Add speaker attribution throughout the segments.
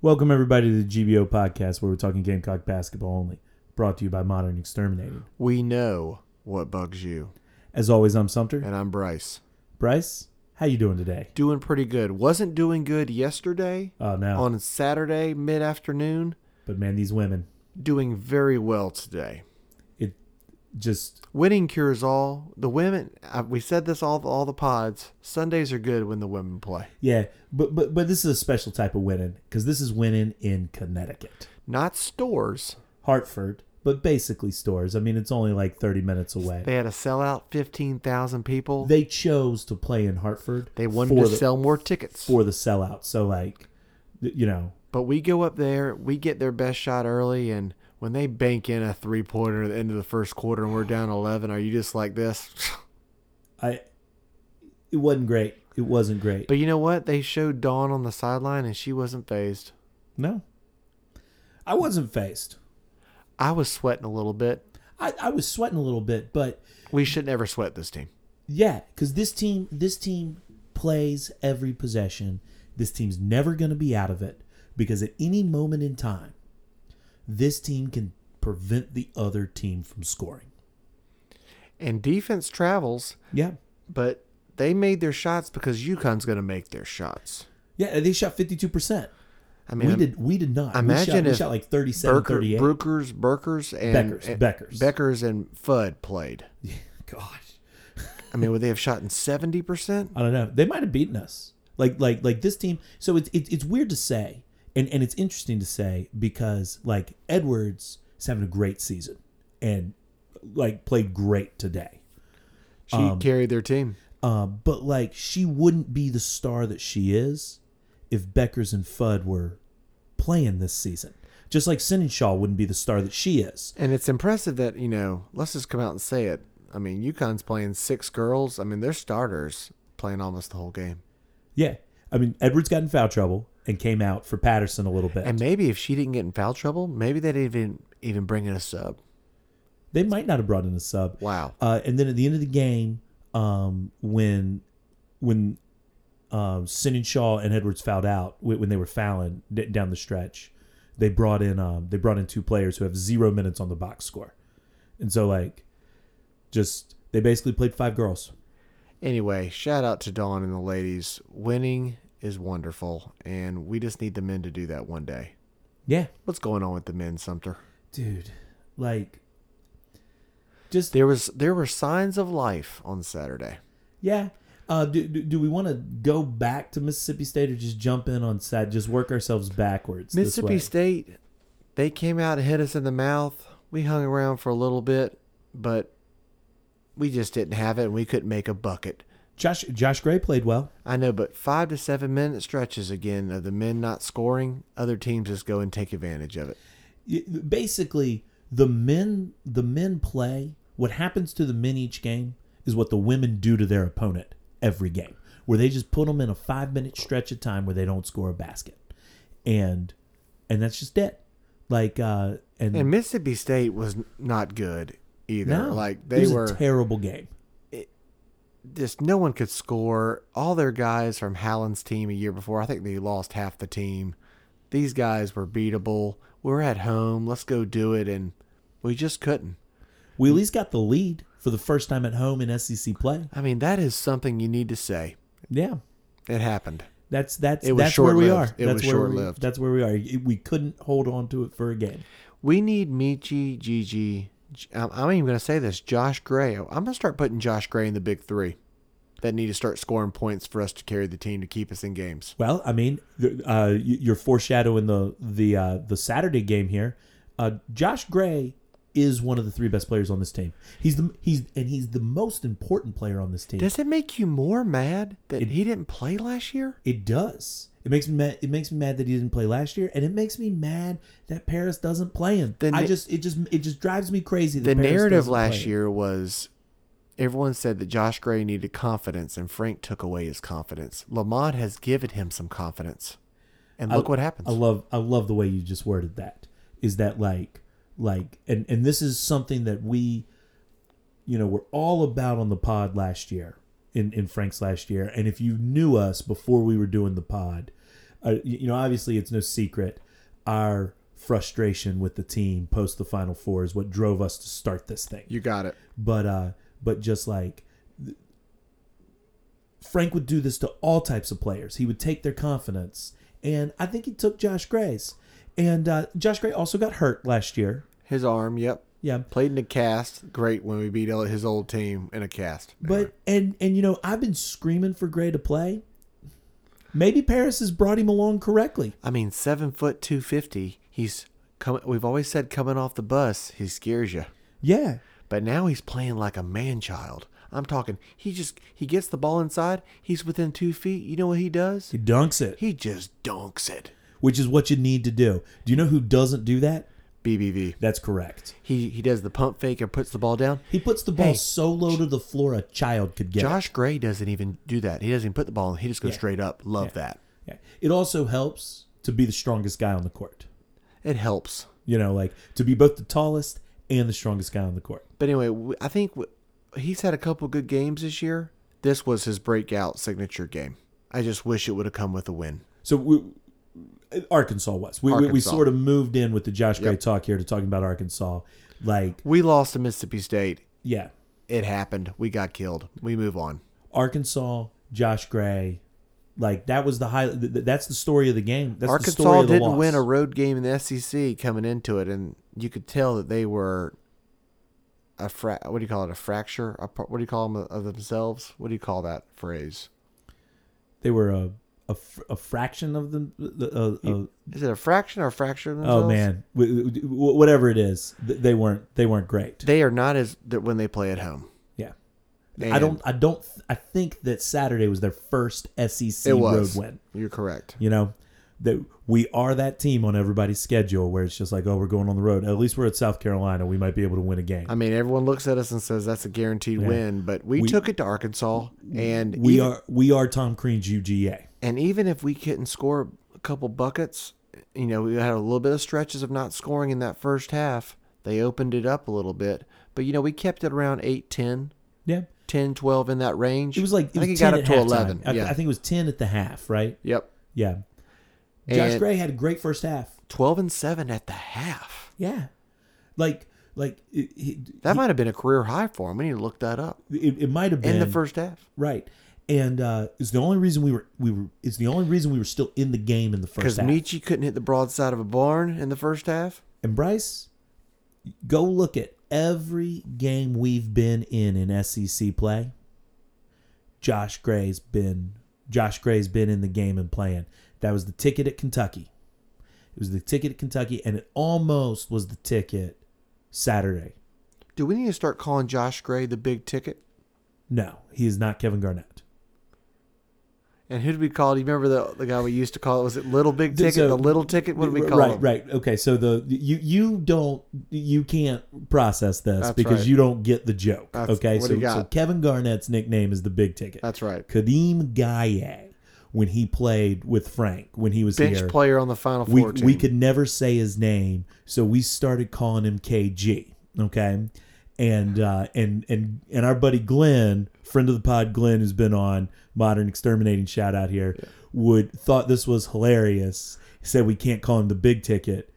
Speaker 1: Welcome everybody to the GBO podcast, where we're talking Gamecock basketball only. Brought to you by Modern Exterminator.
Speaker 2: We know what bugs you.
Speaker 1: As always, I'm Sumter.
Speaker 2: And I'm Bryce.
Speaker 1: Bryce, how you doing today?
Speaker 2: Doing pretty good. Wasn't doing good yesterday
Speaker 1: Oh no,
Speaker 2: on Saturday mid afternoon.
Speaker 1: but man, these women
Speaker 2: Doing very well today.
Speaker 1: just
Speaker 2: Winning cures all. The women, uh, we said this all all the pods. Sundays are good when the women play.
Speaker 1: yeah. But but but this is a special type of winning because this is winning in Connecticut,
Speaker 2: Not stores.
Speaker 1: Hartford, but basically stores. I mean, it's only like 30 minutes away.
Speaker 2: They had a sellout, fifteen thousand people.
Speaker 1: They
Speaker 2: They,
Speaker 1: chose to play in Hartford.
Speaker 2: wanted
Speaker 1: for
Speaker 2: to
Speaker 1: the,
Speaker 2: sell more tickets.
Speaker 1: for the sellout. So like, th- you know,
Speaker 2: But we go up there, we get their best shot early, and when they bank in a three pointer at the end of the first quarter and we're down 11, are you just like this?
Speaker 1: I it wasn't great. It wasn't great.
Speaker 2: But you know what? They showed Dawn on the sideline and she wasn't phased.
Speaker 1: No. I wasn't phased.
Speaker 2: I was sweating a little bit.
Speaker 1: I, I was sweating a little bit, but
Speaker 2: We should never sweat this team.
Speaker 1: yeah, because this team this team plays every possession. This team's never gonna be out of it because at any moment in time, this team can prevent the other team from scoring.
Speaker 2: And defense travels,
Speaker 1: Yeah.
Speaker 2: but they made their shots because UConn's going to make their shots.
Speaker 1: Yeah, they shot fifty two percent.
Speaker 2: I mean,
Speaker 1: We did we did not. we shot,
Speaker 2: imagine
Speaker 1: we
Speaker 2: if
Speaker 1: shot like 37,
Speaker 2: Berker,
Speaker 1: 38.
Speaker 2: Brookers, Burkers, and
Speaker 1: Beckers,
Speaker 2: and-
Speaker 1: Beckers.
Speaker 2: Beckers and Fudd played.
Speaker 1: Gosh.
Speaker 2: I mean, would they have shot in 70%?
Speaker 1: I don't know. They might have beaten us. Like like like this team. So it's it's it's weird to say, and and it's interesting to say because like Edwards is having a great season, and like played great today.
Speaker 2: She
Speaker 1: Um,
Speaker 2: carried their team.
Speaker 1: Uh, but like she wouldn't be the star that she is if Beckers and Fudd were playing this season. Just like Sinishaw wouldn't be the star that she is.
Speaker 2: And it's impressive that, you know, let's just come out and say it. I mean, UConn's playing six girls. I mean, their starters playing almost the whole game.
Speaker 1: Yeah, I mean Edwards got in foul trouble and came out for Patterson a little bit.
Speaker 2: And maybe if she didn't get in foul trouble, maybe they didn't even, even bring in a sub.
Speaker 1: they might not have brought in a sub.
Speaker 2: Wow.
Speaker 1: Uh, and then at the end of the game, um, when when um, Sinan Shaw and Edwards fouled out when, when they were fouling d- down the stretch, they brought in um, they brought in two players who have zero minutes on the box score, and so like, just they basically played five girls.
Speaker 2: Anyway, shout out to Dawn and the ladies. Winning is wonderful, and we just need the men to do that one day.
Speaker 1: Yeah,
Speaker 2: What's going on with the men, Sumter?
Speaker 1: dude, like, just
Speaker 2: There was there were signs of life on Saturday.
Speaker 1: yeah. Uh, do, do, do we want to go back to Mississippi State or just jump in on Sat? Just work ourselves backwards. this
Speaker 2: Mississippi
Speaker 1: way?
Speaker 2: State, they came out and hit us in the mouth. We hung around for a little bit, but we just didn't have it, and we couldn't make a bucket.
Speaker 1: Josh Josh Gray played well.
Speaker 2: I know, but five to seven minute stretches again of the men not scoring, other teams just go and take advantage of
Speaker 1: Mm-hmm.
Speaker 2: it.
Speaker 1: y- basically the men the men play what happens to the men each game is what the women do to their opponent every game where they just put them in a five minute stretch of time where they don't score a basket and and that's just it like uh and,
Speaker 2: And Mississippi State was n- not good either.
Speaker 1: no
Speaker 2: like
Speaker 1: it
Speaker 2: they
Speaker 1: was
Speaker 2: were
Speaker 1: a terrible game
Speaker 2: just no one could score. All their guys from Hallen's team a year before, I think they lost half the team. These guys were beatable. We're at home. Let's go do it, and we just couldn't.
Speaker 1: we at least got the lead for the first time at home in SEC play
Speaker 2: I mean, that is something you need to say.
Speaker 1: yeah
Speaker 2: It happened.
Speaker 1: that's that's
Speaker 2: It was
Speaker 1: that's where we are
Speaker 2: short-lived. It
Speaker 1: that's
Speaker 2: was
Speaker 1: where we,
Speaker 2: short-lived.
Speaker 1: that's where we are It- we couldn't hold on to it for a game
Speaker 2: We need Michi, Gigi. J- I'm I'm even going to say this Josh Gray. I'm going to start putting Josh Gray in the big three that need to start scoring points for us to carry the team to keep us in games.
Speaker 1: Well, I mean, th- uh, y- you're foreshadowing the the uh, the Saturday game here. Uh, Josh Gray is one of the three best players on this team. He's the he's and he's the most important player on this team.
Speaker 2: Does it make you more mad that he didn't play last year?
Speaker 1: it does. It makes me mad, it makes me mad that he didn't play last year, and it makes me mad that Paris doesn't play him.
Speaker 2: The
Speaker 1: I
Speaker 2: na-
Speaker 1: just it just it just drives me crazy. That
Speaker 2: the
Speaker 1: Paris
Speaker 2: narrative
Speaker 1: doesn't play
Speaker 2: last
Speaker 1: him.
Speaker 2: year was everyone said that Josh Gray needed confidence, and Frank took away his confidence. Lamont has given him some confidence, and look what happens.
Speaker 1: I love I love the way you just worded that. Is that like like and and this is something that we you know were all about on the pod last year in in Frank's last year and if you knew us before we were doing the pod uh, y- you know, obviously it's no secret our frustration with the team post the Final Four is what drove us to start this thing
Speaker 2: You got it.
Speaker 1: but uh but just like th- Frank would do this to all types of players. He would take their confidence, and I think he took Josh Gray's. And uh, Josh Gray also got hurt last year.
Speaker 2: His arm, yep.
Speaker 1: Yeah,
Speaker 2: Played in a cast. Great when we beat his old team in a cast.
Speaker 1: but and and you know I've been screaming for Gray to play. Maybe Paris has brought him along correctly.
Speaker 2: I mean, seven foot two fifty. He's coming. We've always said coming off the bus, he scares you.
Speaker 1: Yeah,
Speaker 2: But now he's playing like a man child. I'm talking. He just he gets the ball inside. He's within two feet. You know what he does?
Speaker 1: he dunks it,
Speaker 2: He just dunks it.
Speaker 1: which is what you need to do. Do you know who doesn't do that?
Speaker 2: BBV.
Speaker 1: That's correct.
Speaker 2: He he does the pump fake and puts the ball down.
Speaker 1: He puts the ball
Speaker 2: Hey,
Speaker 1: so low to the floor a child could get. it.
Speaker 2: Josh Gray doesn't even do that. He doesn't even put the ball. in. He just goes straight up. Love that.
Speaker 1: Yeah. It also helps to be the strongest guy on the court.
Speaker 2: It helps.
Speaker 1: You know, like to be both the tallest and the strongest guy on the court.
Speaker 2: But anyway, w- I think w- he's had a couple good games this year. This was his breakout signature game. I just wish it would have come with a win.
Speaker 1: So we, Arkansas was. We, we, we
Speaker 2: Arkansas.
Speaker 1: sort of moved in with the Josh Gray talk here to talking about Arkansas. Like,
Speaker 2: We lost to Mississippi State.
Speaker 1: yeah,
Speaker 2: It happened. We got killed. We move on.
Speaker 1: Arkansas, Josh Gray. Like that was the high. th- th- That's the story of the game. That's the story
Speaker 2: Arkansas
Speaker 1: of the
Speaker 2: didn't
Speaker 1: loss.
Speaker 2: win a road game in the SEC coming into it, and you could tell that they were a fra- what do you call it? A fracture? A, par- what do you call them of themselves? What do you call that phrase?
Speaker 1: They were a a, fr- a fraction of them. the- Uh, uh,
Speaker 2: Is it a fraction or a fracture? Of themselves?
Speaker 1: oh man, W- w- w- whatever it is, th- they weren't they weren't great.
Speaker 2: they are not as that when they play at home.
Speaker 1: Yeah. I
Speaker 2: And
Speaker 1: don't. I don't. I think that Saturday was their first SEC
Speaker 2: It was.
Speaker 1: road win.
Speaker 2: You're correct.
Speaker 1: You know, that we are that team on everybody's schedule where it's just like, oh, we're going on the road. At least we're at South Carolina. We might be able to win a game.
Speaker 2: I mean, everyone looks at us and says that's a guaranteed win, but we,
Speaker 1: We-
Speaker 2: took it to Arkansas, and
Speaker 1: we
Speaker 2: even,
Speaker 1: are. We are Tom Crean's UGA.
Speaker 2: and even if we couldn't score a couple buckets, you know, we had a little bit of stretches of not scoring in that first half. They opened it up a little bit, but you know, we kept it around 8, 10,
Speaker 1: Yeah.
Speaker 2: 10, 12 in that range.
Speaker 1: It was like it
Speaker 2: I
Speaker 1: was
Speaker 2: think it
Speaker 1: 10
Speaker 2: got up
Speaker 1: at
Speaker 2: to
Speaker 1: halftime.
Speaker 2: 11.
Speaker 1: I,
Speaker 2: yeah.
Speaker 1: I think it was ten at the half. Right.
Speaker 2: yep.
Speaker 1: Yeah. Josh
Speaker 2: And-
Speaker 1: Gray had a great first half.
Speaker 2: 12 and 7 at the half.
Speaker 1: Yeah. Like like it. He,
Speaker 2: That might have been a career high for him. We need to look that up.
Speaker 1: it, it might have been
Speaker 2: In the first half.
Speaker 1: Right. And uh, it's the only reason we were we were it's the only reason we were still in the game in the first
Speaker 2: Because
Speaker 1: half.
Speaker 2: Michi couldn't hit the broadside of a barn in the first half.
Speaker 1: and Bryce, go look at every game we've been in in SEC play. Josh Gray's been Josh Gray's been in the game and playing. That was the ticket at Kentucky. It was the ticket at Kentucky, and it almost was the ticket Saturday.
Speaker 2: Do we need to start calling Josh Gray the big ticket?
Speaker 1: No, he is not Kevin Garnett.
Speaker 2: And who did we call? Do you remember the, the guy we used to call it? Was it Little Big
Speaker 1: Th- so-
Speaker 2: Ticket? the Little Ticket? What did we call
Speaker 1: right,
Speaker 2: him?
Speaker 1: right. Okay, so the you you don't you can't process this
Speaker 2: That's
Speaker 1: because
Speaker 2: right.
Speaker 1: you don't get the joke.
Speaker 2: That's-
Speaker 1: okay,
Speaker 2: what
Speaker 1: so,
Speaker 2: do you got?
Speaker 1: so Kevin Garnett's nickname is the Big Ticket.
Speaker 2: That's right.
Speaker 1: Kadeem Gaye, when he played with Frank when he was
Speaker 2: Bench
Speaker 1: here,
Speaker 2: player on the Final
Speaker 1: we
Speaker 2: Four team.
Speaker 1: we could never say his name, so we started calling him KG. Okay. And uh, and and and our buddy Glenn, friend of the pod, Glenn, who's been on Modern Exterminating, shout out here, would thought this was hilarious. He said we can't call him the big ticket.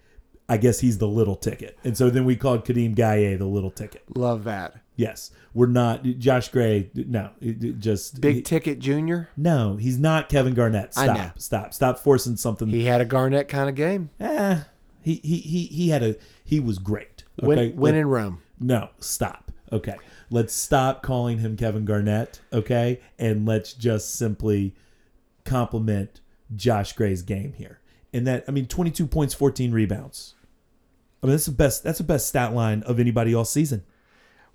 Speaker 1: I guess he's the little ticket. And so then we called Kadeem Gaye the little ticket.
Speaker 2: Love that.
Speaker 1: Yes, we're not Josh Gray. No, it- it just
Speaker 2: Big
Speaker 1: he-
Speaker 2: Ticket Junior.
Speaker 1: no, he's not Kevin Garnett.
Speaker 2: I
Speaker 1: Stop,
Speaker 2: know.
Speaker 1: stop, stop forcing something.
Speaker 2: He had a Garnett kind of game.
Speaker 1: Eh, he, he he he had a he was great. Okay,
Speaker 2: Win, win
Speaker 1: let-
Speaker 2: in Rome.
Speaker 1: no, stop. Okay, let's stop calling him Kevin Garnett. Okay, and let's just simply compliment Josh Gray's game here. And that I mean, twenty two points, fourteen rebounds. I mean, that's the best. That's the best stat line of anybody all season.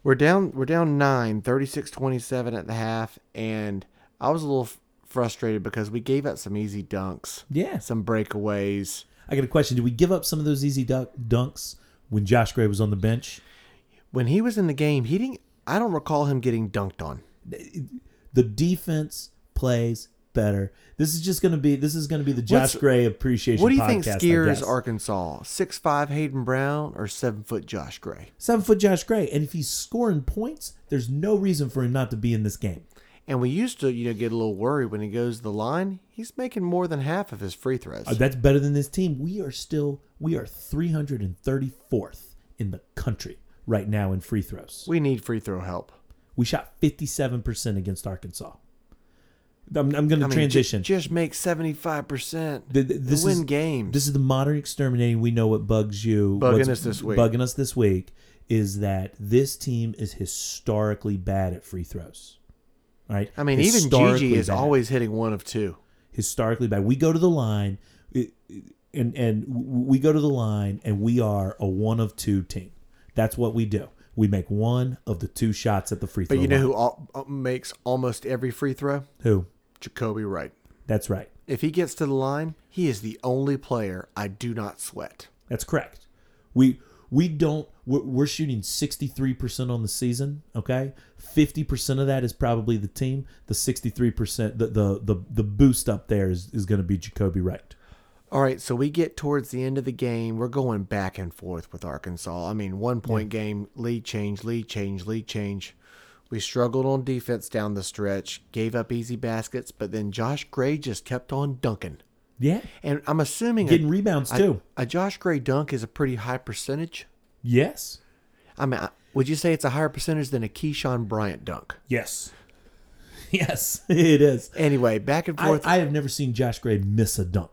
Speaker 2: We're down. We're down nine, 36-27 at the half, and I was a little f- frustrated because we gave up some easy dunks,
Speaker 1: Yeah.
Speaker 2: some breakaways.
Speaker 1: I got a question. Did we give up some of those easy dunk, dunks when Josh Gray was on the bench?
Speaker 2: When he was in the game, he didn't. I don't recall him getting dunked on.
Speaker 1: the defense plays better. This is just going to be this is going to be the Josh
Speaker 2: What's-
Speaker 1: Gray appreciation.
Speaker 2: What do you think
Speaker 1: podcast, I
Speaker 2: scares
Speaker 1: guess.
Speaker 2: Arkansas? Six five Hayden Brown or seven foot Josh Gray?
Speaker 1: seven foot Josh Gray? And if he's scoring points, there's no reason for him not to be in this game.
Speaker 2: And we used to, you know, get a little worried when he goes to the line. He's making more than half of his free throws.
Speaker 1: Uh, that's better than this team. We are still we are 334th in the country right now in free throws.
Speaker 2: we need free throw help.
Speaker 1: We shot 57% against Arkansas. I'm, I'm going
Speaker 2: I
Speaker 1: to
Speaker 2: mean, ju-
Speaker 1: transition.
Speaker 2: just make seventy five percent
Speaker 1: Th- th- this
Speaker 2: to win
Speaker 1: is-
Speaker 2: games.
Speaker 1: This is the modern exterminating. We know what bugs you.
Speaker 2: Bugging
Speaker 1: what's
Speaker 2: us this week.
Speaker 1: Bugging us this week is that this team is historically bad at free throws. Right.
Speaker 2: I mean, even Gigi
Speaker 1: Historically
Speaker 2: is
Speaker 1: bad.
Speaker 2: always hitting one of two.
Speaker 1: historically bad. We go to the line, it- it- and and we go to the line, and we are a one of two team. That's what we do. We make one of the two shots at the free throw.
Speaker 2: But you know
Speaker 1: line.
Speaker 2: who all, uh, makes almost every free throw?
Speaker 1: who?
Speaker 2: Jacoby Wright.
Speaker 1: That's right.
Speaker 2: If he gets to the line, he is the only player I do not sweat.
Speaker 1: That's correct. We we don't we're, we're shooting 63% on the season, okay? 50% of that is probably the team. The 63% the the the, the boost up there is is going to be Jacoby Wright.
Speaker 2: All right, so we get towards the end of the game. We're going back and forth with Arkansas. I mean, one point game, lead change, lead change, lead change. We struggled on defense down the stretch, gave up easy baskets, but then Josh Gray just kept on dunking.
Speaker 1: Yeah.
Speaker 2: And I'm assuming
Speaker 1: Getting rebounds
Speaker 2: a,
Speaker 1: too.
Speaker 2: a Josh Gray dunk is a pretty high percentage.
Speaker 1: yes.
Speaker 2: I mean, I- would you say it's a higher percentage than a Keyshawn Bryant dunk?
Speaker 1: Yes. Yes, it is.
Speaker 2: Anyway, back and
Speaker 1: I,
Speaker 2: forth.
Speaker 1: I have never seen Josh Gray miss a dunk.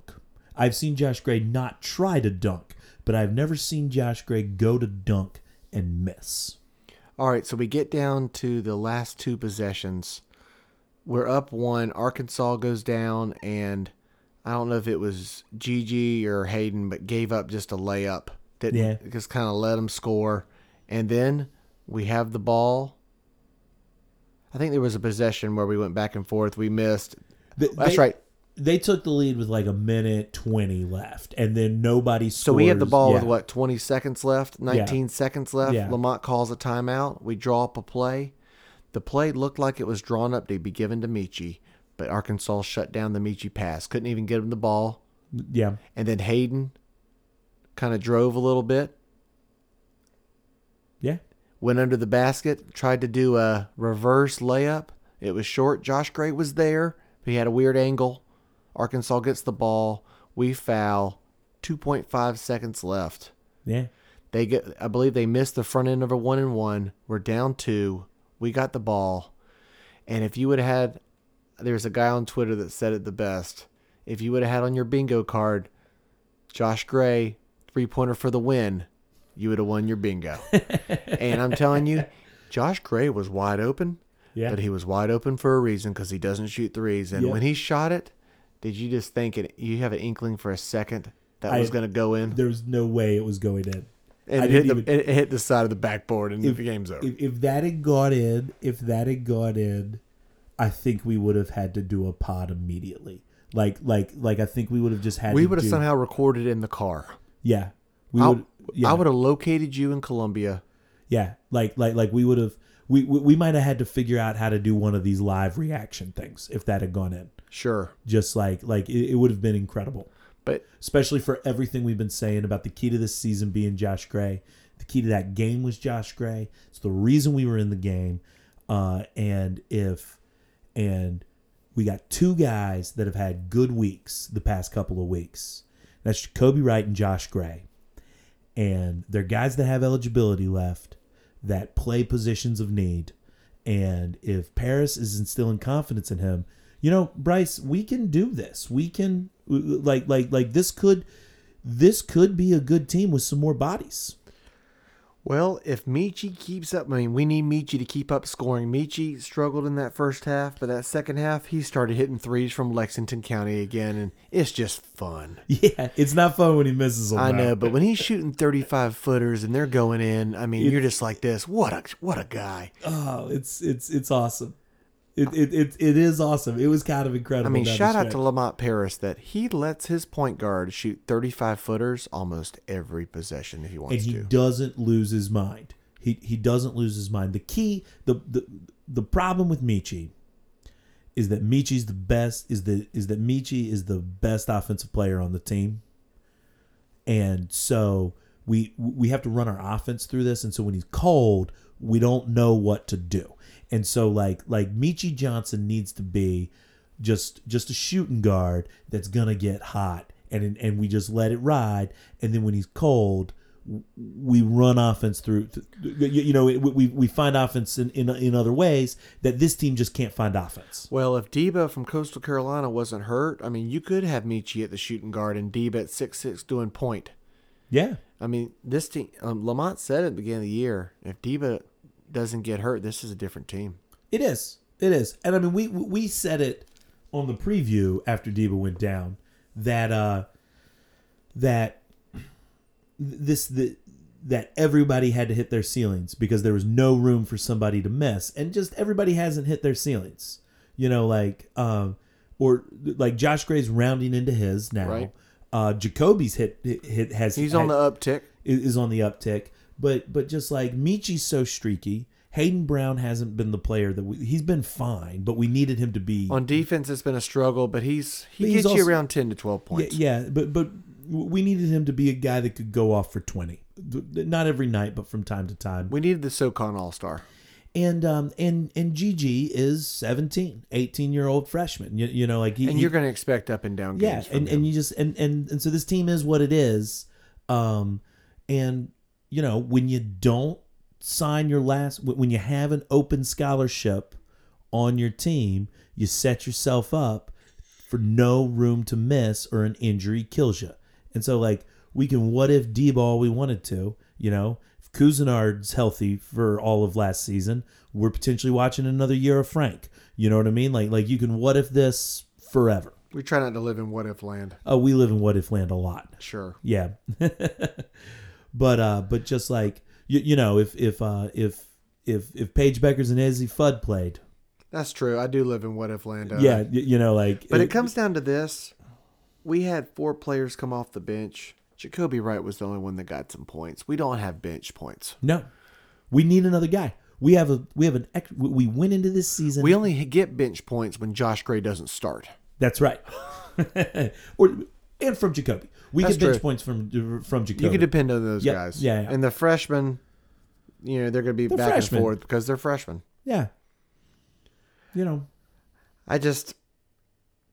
Speaker 1: I've seen Josh Gray not try to dunk, but I've never seen Josh Gray go to dunk and miss.
Speaker 2: All right, so we get down to the last two possessions. We're up one. Arkansas goes down, and I don't know if it was Gigi or Hayden, but gave up just a layup. Didn't
Speaker 1: Yeah.
Speaker 2: just kind of let them score, and then we have the ball. I think there was a possession where we went back and forth. We missed.
Speaker 1: Th-
Speaker 2: That's
Speaker 1: they-
Speaker 2: right.
Speaker 1: they took the lead with like a minute 20 left and then nobody
Speaker 2: So we have the ball with
Speaker 1: Yeah.
Speaker 2: what, 20 seconds left, 19 seconds left.
Speaker 1: Yeah.
Speaker 2: Lamont calls a timeout. We draw up a play. The play looked like it was drawn up to be given to Michi, but Arkansas shut down the Michi pass. Couldn't even get him the ball.
Speaker 1: yeah
Speaker 2: And then Hayden kind of drove a little bit,
Speaker 1: yeah
Speaker 2: went under the basket, tried to do a reverse layup. It was short. Josh Gray was there. but He had a weird angle. Arkansas gets the ball. We foul. 2.5 seconds left.
Speaker 1: yeah
Speaker 2: They get, I believe they missed the front end of a one and one. We're down two. We got the ball, and if you would have had, there's a guy on Twitter that said it the best. If you would have had on your bingo card, Josh Gray three pointer for the win, you would have won your bingo. and I'm telling you, Josh Gray was wide open,
Speaker 1: yeah
Speaker 2: but he was wide open for a reason because he doesn't shoot threes. And
Speaker 1: Yeah.
Speaker 2: when he shot it, did you just think it? You have an inkling for a second that
Speaker 1: I-
Speaker 2: was going to go in.
Speaker 1: there was no way it was going in
Speaker 2: And
Speaker 1: I
Speaker 2: it hit,
Speaker 1: didn't
Speaker 2: the, it hit the side of the backboard, and the game's over.
Speaker 1: if, if that had gone in if that had gone in i think we would have had to do a pod immediately like like like i think we would have just had
Speaker 2: we
Speaker 1: to
Speaker 2: would have
Speaker 1: do-
Speaker 2: somehow recorded in the car.
Speaker 1: yeah we
Speaker 2: I-
Speaker 1: would yeah,
Speaker 2: I would have located you in Colombia.
Speaker 1: yeah like like like we would have we, we we might have had to figure out how to do one of these live reaction things if that had gone in
Speaker 2: Sure,
Speaker 1: just like like it, it would have been incredible
Speaker 2: but
Speaker 1: especially for everything we've been saying about the key to this season being Josh Gray. The key to that game was Josh Gray. It's the reason we were in the game. Uh, and if and we got two guys that have had good weeks the past couple of weeks. That's Jacoby Wright and Josh Gray. And they're guys that have eligibility left that play positions of need. And if Paris is instilling confidence in him, you know, Bryce, we can do this. We can like like like this could this could be a good team with some more bodies.
Speaker 2: well, if Michi keeps up, I mean, we need Michi to keep up scoring. Michi struggled in that first half, but that second half, he started hitting threes from Lexington County again, and it's just fun.
Speaker 1: Yeah, it's not fun when he misses them.
Speaker 2: I
Speaker 1: though.
Speaker 2: know, but when he's shooting thirty-five footers and they're going in, I mean, you're just like this. What a what a guy!
Speaker 1: Oh, it's it's it's awesome. It it it, it is awesome. It was kind of incredible.
Speaker 2: I mean,
Speaker 1: down the
Speaker 2: shout out to
Speaker 1: stretch.
Speaker 2: Lamont Paris that he lets his point guard shoot 35 footers almost every possession if he
Speaker 1: and
Speaker 2: wants
Speaker 1: he
Speaker 2: to.
Speaker 1: doesn't lose his mind. He he doesn't lose his mind. The key, the the the problem with Michi is that Michi's the best is the is that Michi is the best offensive player on the team. And so we we have to run our offense through this and so when he's cold, we don't know what to do. And so like like Michi Johnson needs to be just just a shooting guard that's gonna get hot and and we just let it ride and then when he's cold w- we run offense through th- you you know we, we we find offense in, in in other ways that this team just can't find offense
Speaker 2: Well, if Debo from Coastal Carolina wasn't hurt, I mean, you could have Michi at the shooting guard and Debo at six six doing point.
Speaker 1: yeah
Speaker 2: I mean, this team. Um, Lamont said at the beginning of the year, if Debo doesn't get hurt, this is a different team.
Speaker 1: It is. It is. And I mean, we we said it on the preview after Debo went down that uh that this the that everybody had to hit their ceilings because there was no room for somebody to miss and just everybody hasn't hit their ceilings you know like um or like Josh Gray's rounding into his now
Speaker 2: Right.
Speaker 1: uh Jacoby's hit, hit, hit has
Speaker 2: He's on the uptick.
Speaker 1: is, is on the uptick. But but just like Michi's so streaky, Hayden Brown hasn't been the player that we, he's been fine, but we needed him to be.
Speaker 2: On defense, it's been a struggle, but he's he
Speaker 1: But he's
Speaker 2: gets you
Speaker 1: also-
Speaker 2: around ten to twelve
Speaker 1: yeah,
Speaker 2: points.
Speaker 1: yeah, but but we needed him to be a guy that could go off for twenty, Th- not every night, but from time to time.
Speaker 2: We needed the SoCon All Star.
Speaker 1: And um and and Gigi is 17, 18 year old freshman. You, you know like he,
Speaker 2: And
Speaker 1: he-
Speaker 2: you're going to expect up and down
Speaker 1: yeah
Speaker 2: games. from
Speaker 1: and,
Speaker 2: him.
Speaker 1: and you just and, and and so this team is what it is um and you know when you don't sign your last when when you have an open scholarship on your team you set yourself up for no room to miss or an injury kills you and so like we can what if d all we wanted to you know if Cousinard's healthy for all of last season we're potentially watching another year of frank you know what i mean like like you can what if this forever
Speaker 2: we try not to live in what if land.
Speaker 1: Oh, we live in what if land a lot.
Speaker 2: Sure.
Speaker 1: Yeah. but uh but just like you, you know, if if uh if if if Paige Beckers and Izzy Fudd played.
Speaker 2: That's true. I do live in what if land. uh,
Speaker 1: yeah, you, you know like
Speaker 2: But it comes down to this. We had four players come off the bench. Jacoby Wright was the only one that got some points. We don't have bench points.
Speaker 1: No. We need another guy. We have a we have an ex, we- we went into this season.
Speaker 2: We only get bench points when Josh Gray doesn't start.
Speaker 1: That's right. or and from Jacoby. We
Speaker 2: That's
Speaker 1: get bench
Speaker 2: true.
Speaker 1: points from from Jacoby.
Speaker 2: You can depend on those
Speaker 1: Yeah,
Speaker 2: guys.
Speaker 1: yeah, yeah.
Speaker 2: And the freshmen, you know, they're going to be back
Speaker 1: freshmen.
Speaker 2: and forth because they're freshmen.
Speaker 1: yeah. You know,
Speaker 2: I just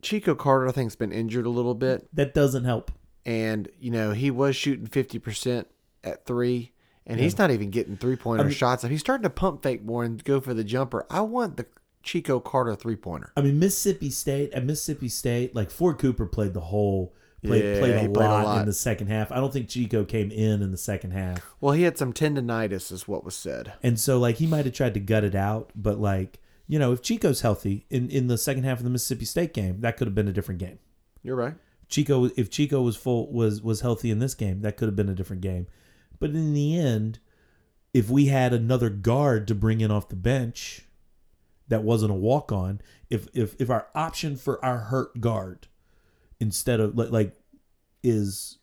Speaker 2: Chico Carter, I think's been injured a little bit,
Speaker 1: that doesn't help.
Speaker 2: and you know he was shooting fifty percent at three, and he's not even getting three pointer shots. If he's starting to pump fake more and go for the jumper, I want the Chico Carter three pointer.
Speaker 1: I mean, Mississippi State at Mississippi State, like Ford Cooper played the whole played
Speaker 2: Yeah,
Speaker 1: played,
Speaker 2: he
Speaker 1: a,
Speaker 2: played a
Speaker 1: lot
Speaker 2: lot.
Speaker 1: in the second half. I don't think Chico came in in the second half,
Speaker 2: Well, he had some tendonitis, is what was said.
Speaker 1: and so like he might have tried to gut it out, but like you know, if Chico's healthy in in the second half of the Mississippi State game, that could have been a different game.
Speaker 2: You're right.
Speaker 1: Chico, if Chico was full was was healthy in this game, that could have been a different game. But in the end, if we had another guard to bring in off the bench, that wasn't a walk on. If if if our option for our hurt guard instead of like- like is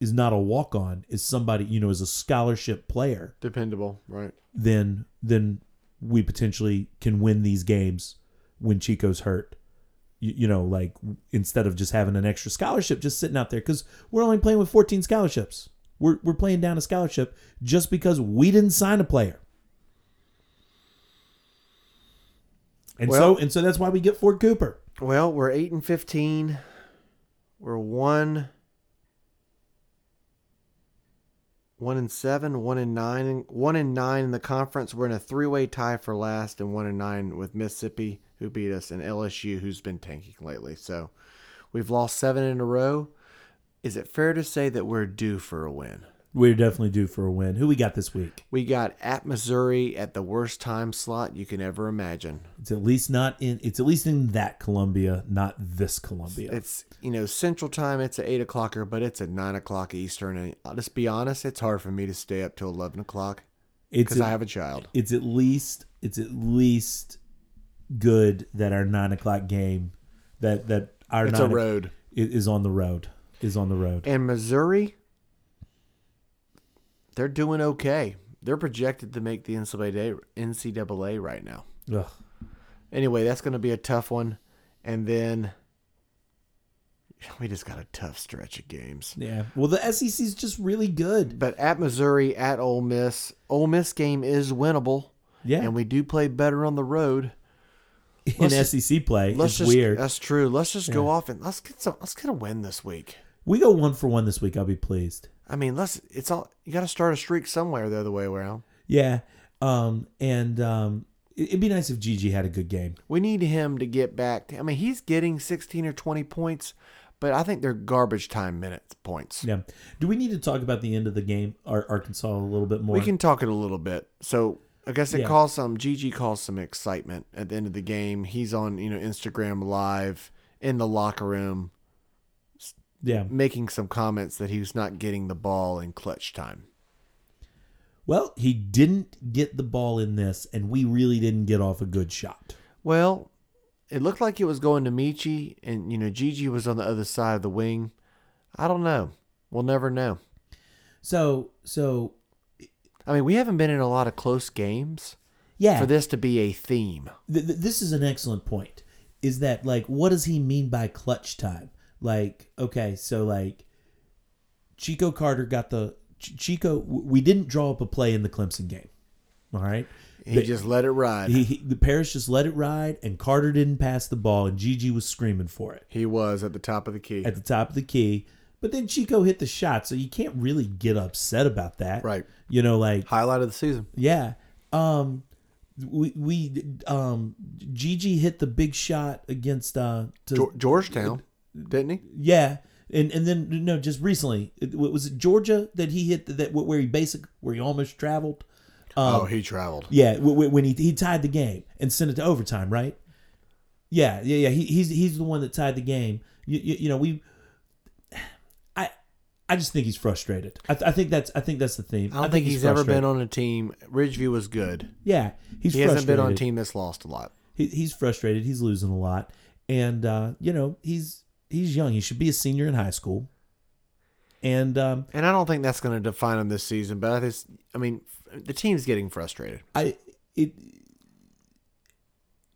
Speaker 1: is not a walk on, is somebody you know is a scholarship player,
Speaker 2: Dependable, right?
Speaker 1: then then we potentially can win these games when Chico's hurt. You, you know, like instead of just having an extra scholarship just sitting out there because we're only playing with 14 scholarships. We're we're playing down a scholarship just because we didn't sign a player. And
Speaker 2: Well-
Speaker 1: so and so that's why we get Ford Cooper.
Speaker 2: Well, we're eight and fifteen. We're one, one and seven, one and nine, one and nine in the conference. We're in a three-way tie for last, and one and nine with Mississippi, who beat us, and LSU, who's been tanking lately. So, we've lost seven in a row. Is it fair to say that we're due for a win?
Speaker 1: We're definitely due for a win. Who we got this week?
Speaker 2: We got at Missouri at the worst time slot you can ever imagine.
Speaker 1: It's at least not in it's at least in that Columbia, not this Columbia.
Speaker 2: It's you know Central Time. It's an eight o'clocker, but it's at nine o'clock Eastern. And I'll just be honest, it's hard for me to stay up till eleven o'clock
Speaker 1: it's
Speaker 2: because
Speaker 1: a-
Speaker 2: I have a child.
Speaker 1: it's at least it's at least good that our nine o'clock game that that our
Speaker 2: It's a
Speaker 1: nine o-
Speaker 2: road.
Speaker 1: i- is on the road is on the road.
Speaker 2: And Missouri, they're doing okay. They're projected to make the NCAA NCAA right now.
Speaker 1: Ugh.
Speaker 2: Anyway, that's going to be a tough one. And then we just got a tough stretch of games.
Speaker 1: Yeah. Well, the SEC's just really good.
Speaker 2: But at Missouri, at Ole Miss, Ole Miss game is winnable,
Speaker 1: Yeah.
Speaker 2: and we do play better on the road.
Speaker 1: in
Speaker 2: let's just-
Speaker 1: SEC play,
Speaker 2: Let's
Speaker 1: it's
Speaker 2: just, uh,
Speaker 1: weird.
Speaker 2: That's true. Let's just go off and let's get some. Let's get a win this week.
Speaker 1: we go one for one this week. I'll be pleased.
Speaker 2: I mean, let's. It's all you got to start a streak somewhere the other way around.
Speaker 1: Yeah. Um. And um. it- It'd be nice if Gigi had a good game.
Speaker 2: We need him to get back. To, I mean, he's getting 16 or 20 points, but I think they're garbage time minutes points.
Speaker 1: Yeah. Do we need to talk about the end of the game, Ar- Arkansas, a little bit more?
Speaker 2: We can talk it a little bit. So I guess it
Speaker 1: Yeah.
Speaker 2: caused some GG caused some excitement at the end of the game. He's on you know Instagram live in the locker room
Speaker 1: yeah.
Speaker 2: making some comments that he was not getting the ball in clutch time.
Speaker 1: Well, he didn't get the ball in this, and we really didn't get off a good shot.
Speaker 2: Well, it looked like it was going to Michi, and you know Gigi was on the other side of the wing. I don't know. We'll never know.
Speaker 1: So, so
Speaker 2: I mean, we haven't been in a lot of close games
Speaker 1: yeah.
Speaker 2: for this to be a theme.
Speaker 1: th- th- this is an excellent point is that like what does he mean by clutch time like okay so like chico carter got the Ch- chico w- we didn't draw up a play in the clemson game all right
Speaker 2: He just let it ride.
Speaker 1: he,
Speaker 2: He,
Speaker 1: he, the parish just let it ride and carter didn't pass the ball and gigi was screaming for it
Speaker 2: was at the top of the key.
Speaker 1: at the top of the key but then chico hit the shot so you can't really get upset about that
Speaker 2: Right.
Speaker 1: you know like
Speaker 2: Highlight of the season.
Speaker 1: yeah. Um we we um Gigi hit the big shot against uh to,
Speaker 2: Geor- Georgetown, didn't he?
Speaker 1: yeah. And and then no just recently it, what was it Georgia that he hit that where he basic where he almost traveled. Um,
Speaker 2: oh, he traveled.
Speaker 1: Yeah, w- w- when he he tied the game and sent it to overtime, right? Yeah, yeah, yeah. He, he's he's the one that tied the game. You, you, you know, we. I I just think he's frustrated. I, th- I think that's I think that's the theme.
Speaker 2: I don't think, he's, ever
Speaker 1: frustrated.
Speaker 2: been on a team. Ridgeview was good.
Speaker 1: Yeah, he's
Speaker 2: He hasn't been on a
Speaker 1: frustrated.
Speaker 2: team that's lost a lot.
Speaker 1: he, he's frustrated. He's losing a lot, and uh, you know he's he's young. He should be a senior in high school, and um,
Speaker 2: And I don't think that's going to define him this season. But I just, I mean, the team's getting frustrated.
Speaker 1: I it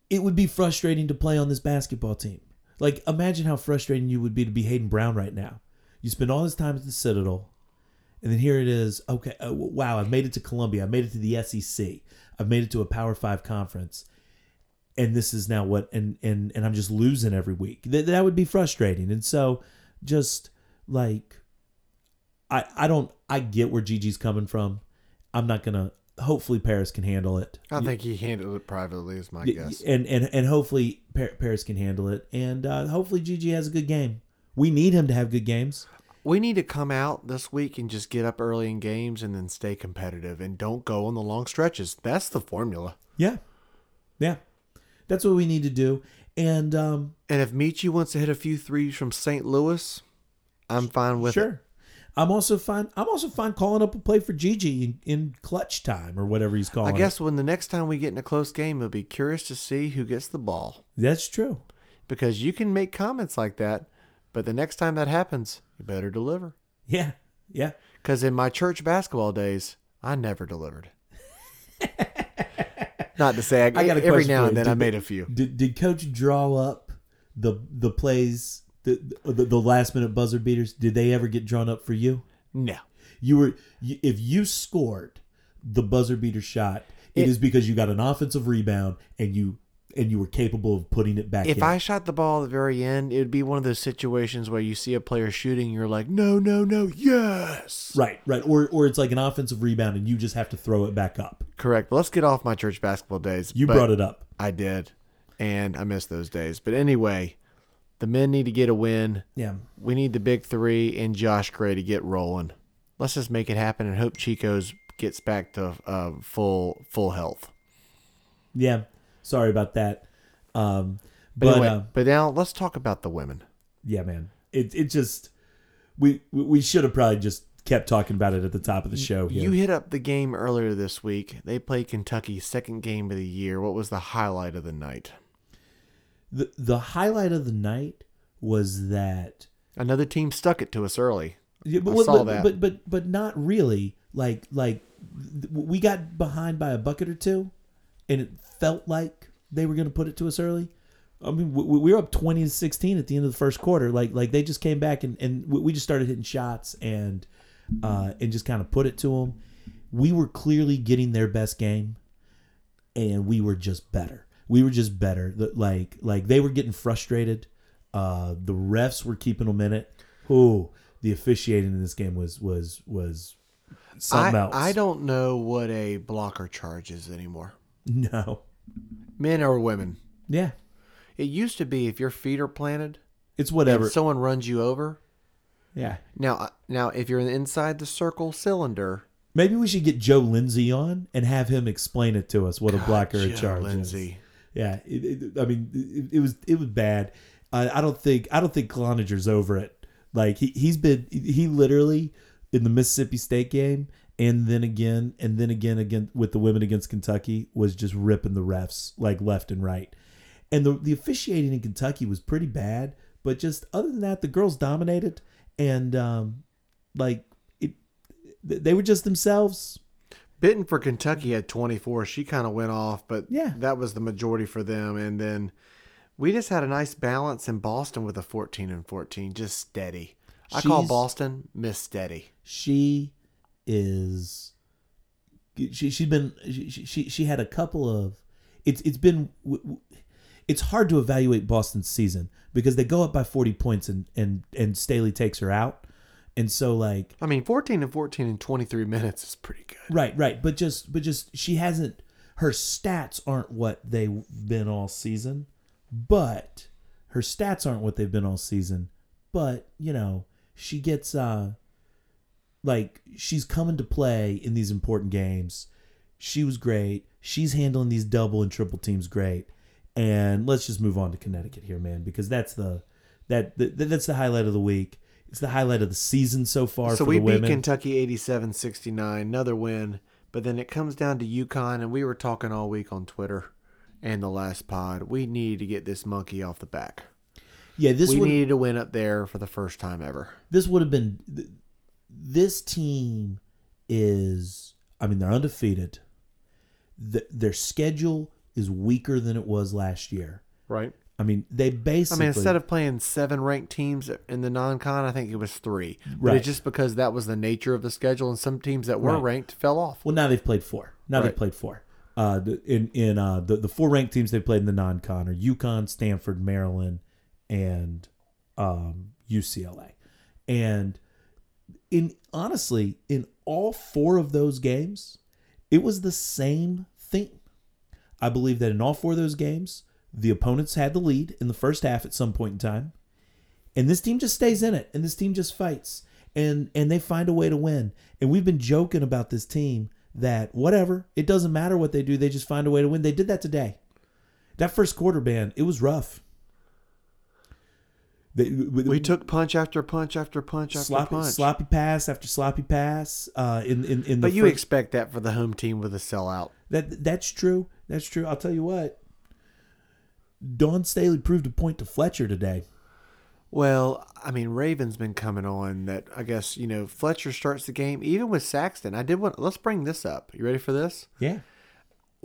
Speaker 1: it would be frustrating to play on this basketball team. Like imagine how frustrating you would be to be Hayden Brown right now. You spend all this time at the Citadel, and then here it is. Okay, uh, wow! I've made it to Columbia. I made it to the SEC. I've made it to a Power Five conference. and this is now what and and and I'm just losing every week. That that would be frustrating. And so just like I I don't I get where Gigi's coming from. I'm not going to hopefully Paris can handle it.
Speaker 2: I think he handled it privately, is
Speaker 1: Y-
Speaker 2: my
Speaker 1: y-
Speaker 2: guess.
Speaker 1: And and and hopefully Pa- Paris can handle it and uh hopefully Gigi has a good game. We need him to have good games.
Speaker 2: We need to come out this week and just get up early in games and then stay competitive and don't go on the long stretches. That's the formula.
Speaker 1: Yeah. Yeah. That's what we need to do. And um
Speaker 2: And if Michi wants to hit a few threes from St. Louis, I'm fine with it.
Speaker 1: sure. I'm also fine. I'm also fine calling up a play for Gigi in, in clutch time or whatever he's
Speaker 2: I
Speaker 1: calling. it.
Speaker 2: guess when the next time we get in a close game, it'll be curious to see who gets the ball
Speaker 1: that's true.
Speaker 2: because you can make comments like that, but the next time that happens, you better deliver.
Speaker 1: Yeah, yeah.
Speaker 2: Because in my church basketball days, I never delivered. Not to say I,
Speaker 1: I got a
Speaker 2: every
Speaker 1: question
Speaker 2: now
Speaker 1: for
Speaker 2: and
Speaker 1: you.
Speaker 2: then I
Speaker 1: Did-
Speaker 2: made a few.
Speaker 1: Did did coach draw up the the plays the the, the last minute buzzer beaters? Did they ever get drawn up for you?
Speaker 2: No.
Speaker 1: You were you, if you scored the buzzer beater shot,
Speaker 2: It-
Speaker 1: it is because you got an offensive rebound and you and you were capable of putting it back.
Speaker 2: If
Speaker 1: in.
Speaker 2: I shot the ball at the very end, it would be one of those situations where you see a player shooting, you're like, no, no, no, yes.
Speaker 1: right right or or it's like an offensive rebound and you just have to throw it back up.
Speaker 2: Correct. But let's get off my church basketball days.
Speaker 1: You
Speaker 2: But
Speaker 1: brought it up.
Speaker 2: I did. And I miss those days. But anyway, the men need to get a win.
Speaker 1: Yeah.
Speaker 2: We need the big three and Josh Gray to get rolling. Let's just make it happen and hope Chico's gets back to uh, full full health.
Speaker 1: Yeah. Sorry about that. Um
Speaker 2: But,
Speaker 1: but
Speaker 2: anyway,
Speaker 1: uh,
Speaker 2: but now let's talk about the women.
Speaker 1: yeah, man. It it just we we- we should have probably just kept talking about it at the top of the show here.
Speaker 2: You hit up the game earlier this week. They played Kentucky's second game of the year. What was the highlight of the night?
Speaker 1: the the highlight of the night was that
Speaker 2: Another team stuck it to us early.
Speaker 1: yeah, but,
Speaker 2: I
Speaker 1: but,
Speaker 2: saw
Speaker 1: but,
Speaker 2: that.
Speaker 1: but but but not really like like th- we got behind by a bucket or two and it felt like they were going to put it to us early I mean, we, we were up twenty to sixteen at the end of the first quarter. Like like they just came back and and we- we just started hitting shots and uh, and just kind of put it to them. We were clearly getting their best game, and we were just better. We were just better. The- Like like they were getting frustrated. Uh, the refs were keeping them in it. Ooh, the officiating in this game was was was something
Speaker 2: I,
Speaker 1: else.
Speaker 2: I don't know what a blocker charge is anymore.
Speaker 1: no.
Speaker 2: Men or women.
Speaker 1: Yeah,
Speaker 2: It used to be if your feet are planted
Speaker 1: it's
Speaker 2: and
Speaker 1: whatever.
Speaker 2: someone runs you over.
Speaker 1: yeah,
Speaker 2: Now, uh, now if you're inside the circle cylinder,
Speaker 1: Maybe we should get Joe Lindsay on and have him explain it to us what a blocker a
Speaker 2: Joe
Speaker 1: charge is.
Speaker 2: Lindsay.
Speaker 1: Yeah, it, it- I mean, it, it was it was bad. I, I don't think I don't think Cloninger's over it. Like he he's been he literally in the Mississippi State game and then again and then again again with the women against Kentucky was just ripping the refs like left and right. And the the officiating in Kentucky was pretty bad, but just other than that, the girls dominated and um, like it, th- they were just themselves.
Speaker 2: Bitten for Kentucky had 24. She kind of went off, but
Speaker 1: Yeah.
Speaker 2: that was the majority for them. And then we just had a nice balance in Boston with a 14 and 14, just steady. I call
Speaker 1: She's-
Speaker 2: Boston Miss Steady.
Speaker 1: she is she she'd been she she, she had a couple of it's it's been w- w- it's hard to evaluate Boston's season because they go up by 40 points and and and Staley takes her out and so like
Speaker 2: I mean, 14 and 14 in 23 minutes is pretty good.
Speaker 1: right right but just but just she hasn't her stats aren't what they've been all season but her stats aren't what they've been all season but you know she gets uh like she's coming to play in these important games. She was great. She's handling these double and triple teams great. And let's just move on to Connecticut here, man, because that's the that, that that's the highlight of the week. It's the highlight of the season so far
Speaker 2: So
Speaker 1: for
Speaker 2: we
Speaker 1: the
Speaker 2: beat
Speaker 1: women.
Speaker 2: Kentucky 87 69, another win. But then it comes down to UConn, and we were talking all week on Twitter and the last pod. We need to get this monkey off the back.
Speaker 1: yeah, this
Speaker 2: we
Speaker 1: would
Speaker 2: needed to win up there for the first time ever.
Speaker 1: this would have been th- this team is I mean they're undefeated. Th their schedule is weaker than it was last year.
Speaker 2: Right.
Speaker 1: I mean, they
Speaker 2: I
Speaker 1: basically
Speaker 2: mean, instead of playing seven ranked teams in the non-con, I think it was three. But
Speaker 1: Right.
Speaker 2: it's just because that was the nature of the schedule, and some teams that were
Speaker 1: Right.
Speaker 2: ranked fell off.
Speaker 1: Well, now they've played four. Now they've
Speaker 2: Right.
Speaker 1: played four. Uh, the- in in uh, the the four ranked teams they played in the non-con are UConn, Stanford, Maryland, and um, UCLA. And in honestly, in all four of those games, it was the same thing. I believe that in all four of those games, the opponents had the lead in the first half at some point in time, and this team just stays in it, and this team just fights, and and they find a way to win. And we've been joking about this team that whatever, it doesn't matter what they do, they just find a way to win. They did that today. That first quarter, man, it was rough. They,
Speaker 2: We took punch after punch after punch after
Speaker 1: sloppy,
Speaker 2: punch.
Speaker 1: sloppy pass after sloppy pass. Uh, in in in the
Speaker 2: but you
Speaker 1: first-
Speaker 2: expect that for the home team with a sellout.
Speaker 1: that that's true. That's true. I'll tell you what. Dawn Staley proved a point to Fletcher today.
Speaker 2: Well, I mean, Raven's been coming on. That I guess you know Fletcher starts the game even with Saxton. I did want. Let's bring this up. You ready for this?
Speaker 1: Yeah.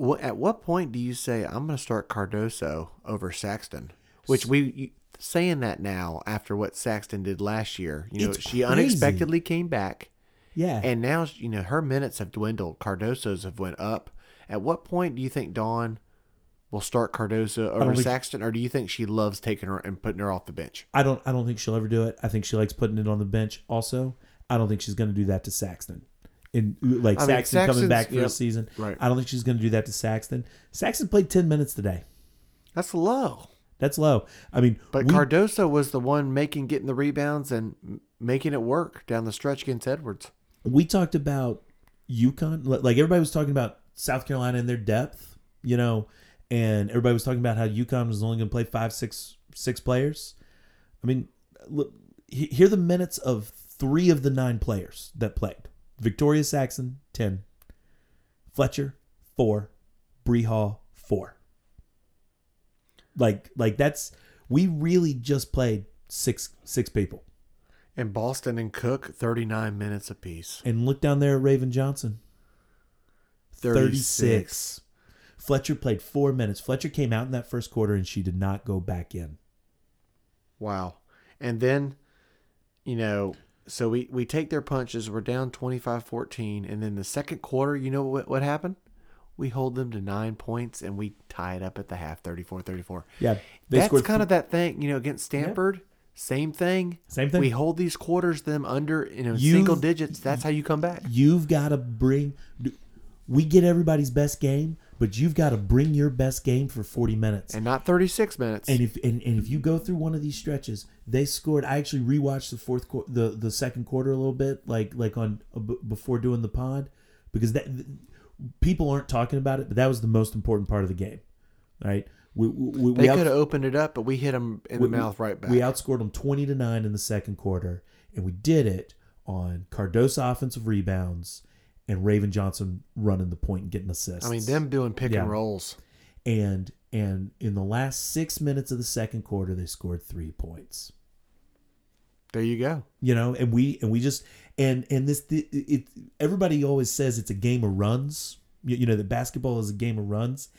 Speaker 2: Wh- At what point do you say I'm going to start Cardoso over Saxton? Which we you, saying that now after what Saxton did last year. You know,
Speaker 1: It's
Speaker 2: she
Speaker 1: crazy.
Speaker 2: unexpectedly came back,
Speaker 1: Yeah.
Speaker 2: and now you know her minutes have dwindled. Cardoso's have went up. At what point do you think Dawn will start Cardoso over
Speaker 1: think-
Speaker 2: Saxton, or do you think she loves taking her and putting her off the bench?
Speaker 1: I don't I don't think she'll ever do it. I think she likes putting it on the bench also. I don't think she's going to do that to Saxton. And like
Speaker 2: I mean,
Speaker 1: Saxton coming
Speaker 2: Saxton's-
Speaker 1: back for a
Speaker 2: yep.
Speaker 1: season.
Speaker 2: Right.
Speaker 1: I don't think she's going to do that to Saxton. Saxton played 10 minutes today.
Speaker 2: That's low.
Speaker 1: That's low. I mean,
Speaker 2: But
Speaker 1: we-
Speaker 2: Cardoso was the one making getting the rebounds and m- making it work down the stretch against Edwards.
Speaker 1: we talked about UConn, li- like everybody was talking about South Carolina and their depth, you know, and everybody was talking about how UConn was only going to play five, six, six players. I mean, look, he- here are the minutes of three of the nine players that played: Victoria Saxon, ten; Fletcher, four; Bree Hall, four. Like, like that's we really just played six, six people.
Speaker 2: And Boston and Cook, 39 minutes apiece.
Speaker 1: And look down there at Raven Johnson. 36. Fletcher played four minutes. Fletcher came out in that first quarter, and she did not go back in.
Speaker 2: Wow. And then, you know, so we, we take their punches. We're down 25 14. And then the second quarter, you know what, what happened? We hold them to nine points and we tie it up at the half 34 34.
Speaker 1: Yeah, they
Speaker 2: That's
Speaker 1: scored
Speaker 2: kind of that thing, you know, against Stanford. Same thing.
Speaker 1: Same thing.
Speaker 2: We hold these quarters them under, you know,
Speaker 1: You-
Speaker 2: single digits. That's how you come back.
Speaker 1: You've got to bring. We get everybody's best game, but you've got to bring your best game for forty minutes.
Speaker 2: And not 36 minutes.
Speaker 1: And if and, and if you go through one of these stretches, they scored. I actually rewatched the fourth quarter, the the second quarter a little bit, like like on uh, b- before doing the pod, because that people aren't talking about it, but that was the most important part of the game, right? We we, we,
Speaker 2: they
Speaker 1: we, out-
Speaker 2: could have opened it up, but we hit them in
Speaker 1: we-
Speaker 2: the mouth right back.
Speaker 1: we outscored them twenty to nine in the second quarter, and we did it on Cardoso offensive rebounds and Raven Johnson running the point and getting assists.
Speaker 2: I mean, them doing pick
Speaker 1: Yeah.
Speaker 2: and rolls.
Speaker 1: and and in the last six minutes of the second quarter, they scored three points.
Speaker 2: There you go.
Speaker 1: you know and we and we just and and this it, it everybody always says it's a game of runs you, you know that basketball is a game of runs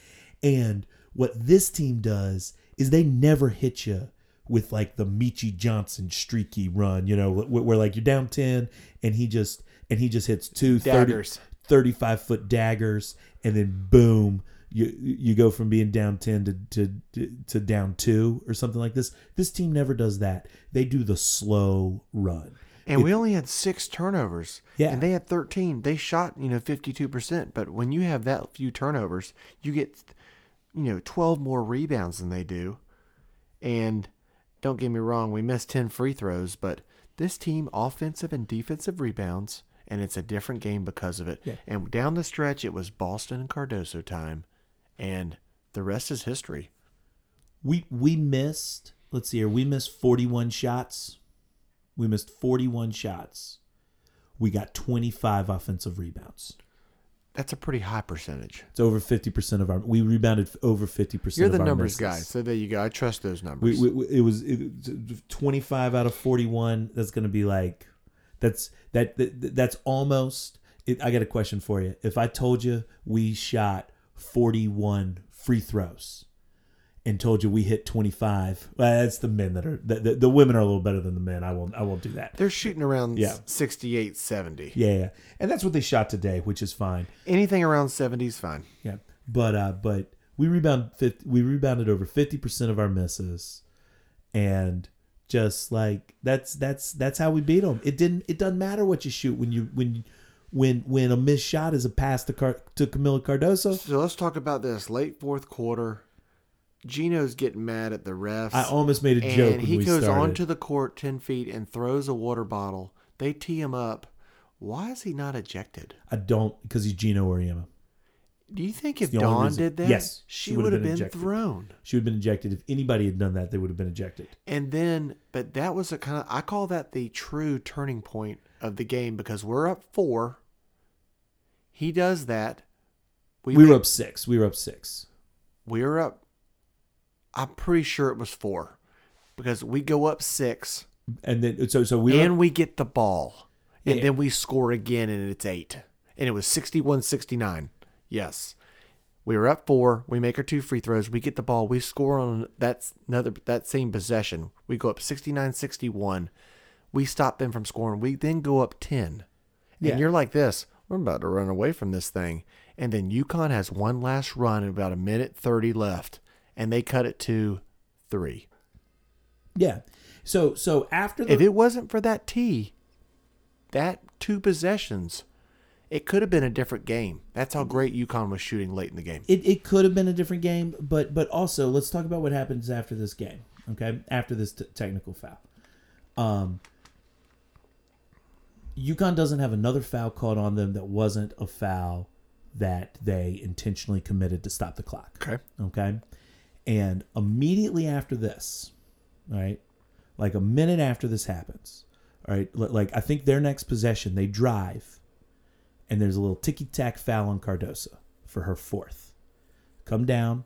Speaker 1: and what this team does is they never hit you with like the Michi Johnson streaky run you know where, where like you're down 10 and he just and he just hits two 30,
Speaker 2: Daggers.
Speaker 1: 35 foot daggers and then boom you you go from being down 10 to, to to down 2 or something like this this team never does that they do the slow run
Speaker 2: And we only had six turnovers.
Speaker 1: Yeah.
Speaker 2: And they had 13. They shot, you know, 52%. But when you have that few turnovers, you get, you know, 12 more rebounds than they do. And don't get me wrong, we missed 10 free throws, but this team, offensive and defensive rebounds, and it's a different game because of it.
Speaker 1: Yeah.
Speaker 2: And down the stretch, it was Boston and Cardoso time. And the rest is history.
Speaker 1: we we missed let's see here we missed 41 shots we missed 41 shots we got 25 offensive rebounds
Speaker 2: That's a pretty high percentage.
Speaker 1: it's over 50% of our we rebounded over 50%
Speaker 2: You're
Speaker 1: of
Speaker 2: the
Speaker 1: our
Speaker 2: numbers
Speaker 1: misses.
Speaker 2: guy, so there you go. I trust those numbers.
Speaker 1: we, we, we- it was it, 25 out of 41 that's going to be like that's that, that that's almost it, i got a question for you if i told you we shot 41 free throws and told you we hit 25 well, that's the men that are the, the, the women are a little better than the men i won't i won't do that
Speaker 2: They're shooting around
Speaker 1: Yeah.
Speaker 2: 68, 70.
Speaker 1: yeah, yeah and that's what they shot today which is fine
Speaker 2: Anything around 70 is fine.
Speaker 1: Yeah, but uh, but we rebound 50, we rebounded over fifty percent of our misses, and just like that's that's that's how we beat them. It didn't it doesn't matter what you shoot when you when when when a missed shot is a pass to Car- to Camila Cardoso.
Speaker 2: So let's talk about this. Late fourth quarter, Gino's getting mad at the refs.
Speaker 1: I almost made a joke
Speaker 2: and
Speaker 1: when
Speaker 2: he
Speaker 1: we
Speaker 2: goes
Speaker 1: started.
Speaker 2: onto the court 10 feet and throws a water bottle. They tee him up. Why is he not ejected?
Speaker 1: I don't because he's Gino Oriema.
Speaker 2: Do you think if
Speaker 1: the only
Speaker 2: Dawn
Speaker 1: reason-
Speaker 2: did that,
Speaker 1: Yes,
Speaker 2: she would have been,
Speaker 1: ejected.
Speaker 2: thrown?
Speaker 1: She would have been ejected if anybody had done that. They would have been ejected.
Speaker 2: And then, but that was a kind of, I call that the true turning point of the game because we're up four. He does that.
Speaker 1: We,
Speaker 2: make-
Speaker 1: were up six. We were up six.
Speaker 2: we were up. I'm pretty sure it was four because we go up six
Speaker 1: And then so so we were
Speaker 2: and we get the ball and
Speaker 1: Yeah.
Speaker 2: then we score again and it's eight and it was 61 69. Yes. We were up four. We make our two free throws. We get the ball. We score on that's another that same possession. We go up 69 61. We stop them from scoring. We then go up 10.
Speaker 1: Yeah.
Speaker 2: And you're like this. We're about to run away from this thing. And then UConn has one last run in about a minute 30 left. And they cut it to three.
Speaker 1: yeah. So so after the
Speaker 2: If it wasn't for that tee, that two possessions, it could have been a different game. That's how great UConn was shooting late in the game.
Speaker 1: it, it could have been a different game, but but also let's talk about what happens after this game. Okay, after this t- technical foul, um, UConn doesn't have another foul called on them that wasn't a foul that they intentionally committed to stop the clock.
Speaker 2: Okay.
Speaker 1: Okay, and immediately after this, all right, like a minute after this happens, all right, li- like I think their next possession they drive, and there's a little ticky tack foul on Cardosa for her fourth come down,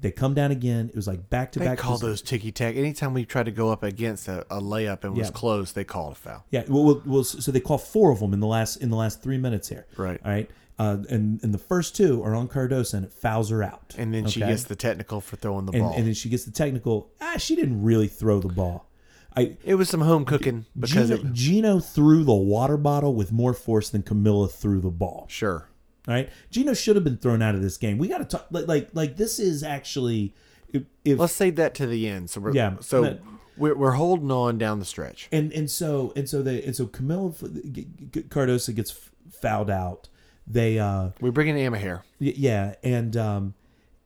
Speaker 1: They come down again. It was like back to
Speaker 2: They
Speaker 1: back.
Speaker 2: call those ticky tack. Anytime we tried to go up against a, a layup and was
Speaker 1: Yeah.
Speaker 2: close, they called a foul.
Speaker 1: Yeah, well, well, well, so they call four of them in the last in the last three minutes here.
Speaker 2: Right.
Speaker 1: All right. Uh, and and the first two are on Cardosa, and it fouls her out.
Speaker 2: And then she
Speaker 1: Okay?
Speaker 2: gets the technical for throwing the
Speaker 1: and,
Speaker 2: ball.
Speaker 1: and then she gets the technical. Ah, she didn't really throw the ball. I
Speaker 2: it was some home cooking because
Speaker 1: Gino,
Speaker 2: it,
Speaker 1: Gino threw the water bottle with more force than Camilla threw the ball.
Speaker 2: sure.
Speaker 1: All right, Gino should have been thrown out of this game. We got to talk like like like this is actually if, if
Speaker 2: Let's save that to the end. So we're
Speaker 1: Yeah,
Speaker 2: so
Speaker 1: but-
Speaker 2: we're, we're holding on down the stretch.
Speaker 1: and and so and so they and so Camilla f- g- g- Cardosa gets f- fouled out. They uh
Speaker 2: We bring in Emma here.
Speaker 1: Y- yeah and um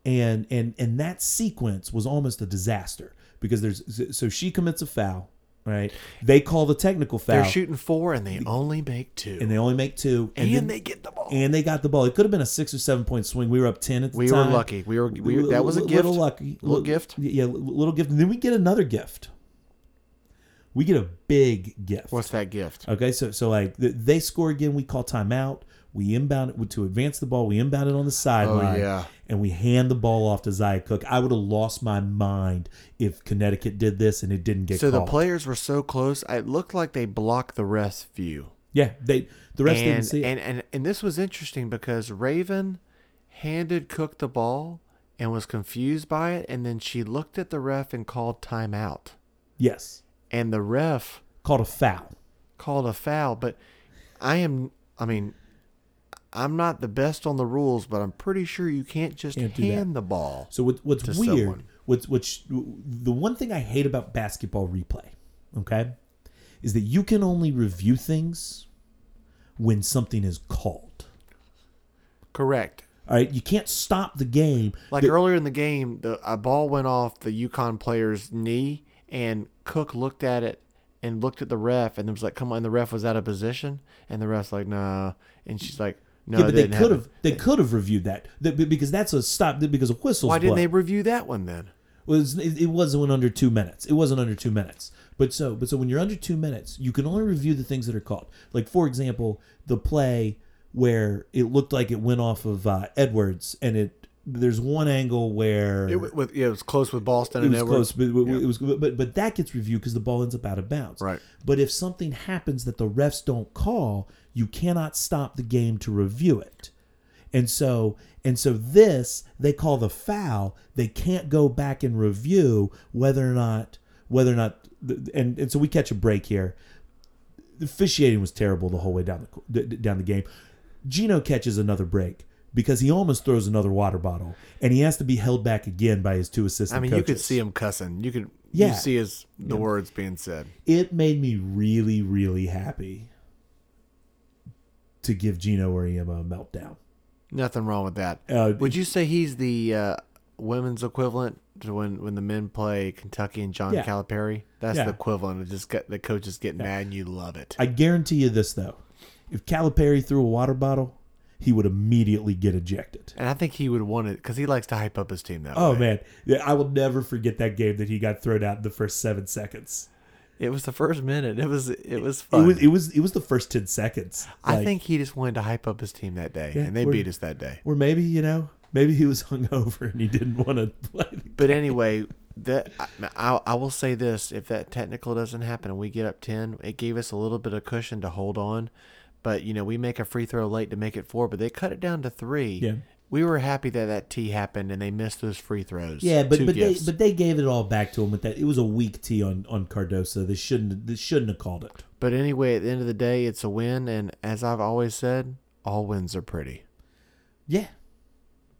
Speaker 1: and and and that sequence was almost a disaster because there's so she commits a foul right they call the technical foul
Speaker 2: They're shooting four and they only make two.
Speaker 1: and
Speaker 2: And,
Speaker 1: they only make two and, then,
Speaker 2: they get the ball.
Speaker 1: and they got the ball it could have been a six or seven point swing we were up 10 at the
Speaker 2: we were
Speaker 1: time
Speaker 2: lucky. We were we, that was a
Speaker 1: Li-
Speaker 2: gift.
Speaker 1: little lucky
Speaker 2: Little
Speaker 1: Li-
Speaker 2: gift.
Speaker 1: yeah li- little gift and then we get another gift we get a big gift
Speaker 2: What's that gift?
Speaker 1: Okay, so so like th- they score again, we call timeout. We inbound it to advance the ball. We inbound it on the sideline,
Speaker 2: Oh, yeah.
Speaker 1: and we hand the ball off to Zaya Cook. I would have lost my mind if Connecticut did this and it didn't get
Speaker 2: So the
Speaker 1: called.
Speaker 2: players were so close. It looked like they blocked the ref's view.
Speaker 1: yeah, they the rest didn't
Speaker 2: And
Speaker 1: see. it.
Speaker 2: and, and and this was interesting because Raven handed Cook the ball and was confused by it, and then she looked at the ref and called timeout.
Speaker 1: yes,
Speaker 2: And the ref
Speaker 1: called a foul.
Speaker 2: called a foul, but I am I mean I'm not the best on the rules, but I'm pretty sure you can't just
Speaker 1: Can't do that.
Speaker 2: hand the ball.
Speaker 1: So what, what's
Speaker 2: To
Speaker 1: weird?
Speaker 2: someone.
Speaker 1: What's which? The one thing I hate about basketball replay, okay, is that you can only review things when something is called.
Speaker 2: Correct.
Speaker 1: All right, you can't stop the game.
Speaker 2: Like earlier in the game, the a ball went off the Yukon player's knee, and Cook looked at it and looked at the ref, and was like, "Come on!" And the ref was out of position, and the ref's like, "No," and she's like, "No."
Speaker 1: Yeah, but
Speaker 2: it
Speaker 1: they
Speaker 2: didn't
Speaker 1: could
Speaker 2: happen."
Speaker 1: have they could have reviewed that That- be- because that's a stop because a whistle's
Speaker 2: Why didn't
Speaker 1: blown.
Speaker 2: they review that one then?
Speaker 1: was it it wasn't under two minutes. It wasn't under two minutes. But so but so when you're under two minutes, you can only review the things that are called. Like for example, the play where it looked like it went off of uh, Edwards, and it there's one angle where
Speaker 2: It, wa- with, yeah, it was close with Boston
Speaker 1: it
Speaker 2: and
Speaker 1: was close,
Speaker 2: Edwards.
Speaker 1: but but- it was but but that gets reviewed because the ball ends up out of bounds.
Speaker 2: Right.
Speaker 1: But if something happens that the refs don't call, you cannot stop the game to review it. And so and so this they call the foul. They can't go back and review whether or not whether or not and and so we catch a break here. The officiating was terrible the whole way down the co- d- d- down the game. Gino catches another break because he almost throws another water bottle and he has to be held back again by his two assistants.
Speaker 2: I mean, you could see him cussing. You could
Speaker 1: Yeah.
Speaker 2: you see his the words being said.
Speaker 1: it made me really, really happy to give Gino Oriema a meltdown.
Speaker 2: Nothing wrong with that.
Speaker 1: Uh,
Speaker 2: Would you say he's the uh, women's equivalent to when, when the men play Kentucky and John
Speaker 1: Yeah.
Speaker 2: Calipari? That's
Speaker 1: Yeah.
Speaker 2: the equivalent of just get, the coaches get mad and you love it.
Speaker 1: I guarantee you this though: if Calipari threw a water bottle, he would immediately get ejected.
Speaker 2: And I think he would want it because he likes to hype up his team that
Speaker 1: Oh
Speaker 2: way.
Speaker 1: man, Yeah, I will never forget that game that he got thrown out in the first seven seconds.
Speaker 2: It was the first minute. It was it was
Speaker 1: It
Speaker 2: fun.
Speaker 1: was it was it was the first ten seconds.
Speaker 2: I
Speaker 1: Like,
Speaker 2: think he just wanted to hype up his team that day,
Speaker 1: Yeah,
Speaker 2: and they
Speaker 1: we're-
Speaker 2: beat us that day.
Speaker 1: or maybe you know, maybe he was hungover and he didn't want to play.
Speaker 2: But anyway, that I, I, I will say this: if that technical doesn't happen and we get up ten, it gave us a little bit of cushion to hold on. But you know, we make a free throw late to make it four, but they cut it down to three.
Speaker 1: Yeah.
Speaker 2: We were happy that that T happened and they missed those free throws.
Speaker 1: Yeah, but
Speaker 2: Two
Speaker 1: but
Speaker 2: gifts.
Speaker 1: they but they gave it all back to him with that. It was a weak tee on on Cardosa. They shouldn't they shouldn't have called it.
Speaker 2: But anyway, at the end of the day, it's a win, and as I've always said, all wins are pretty.
Speaker 1: Yeah,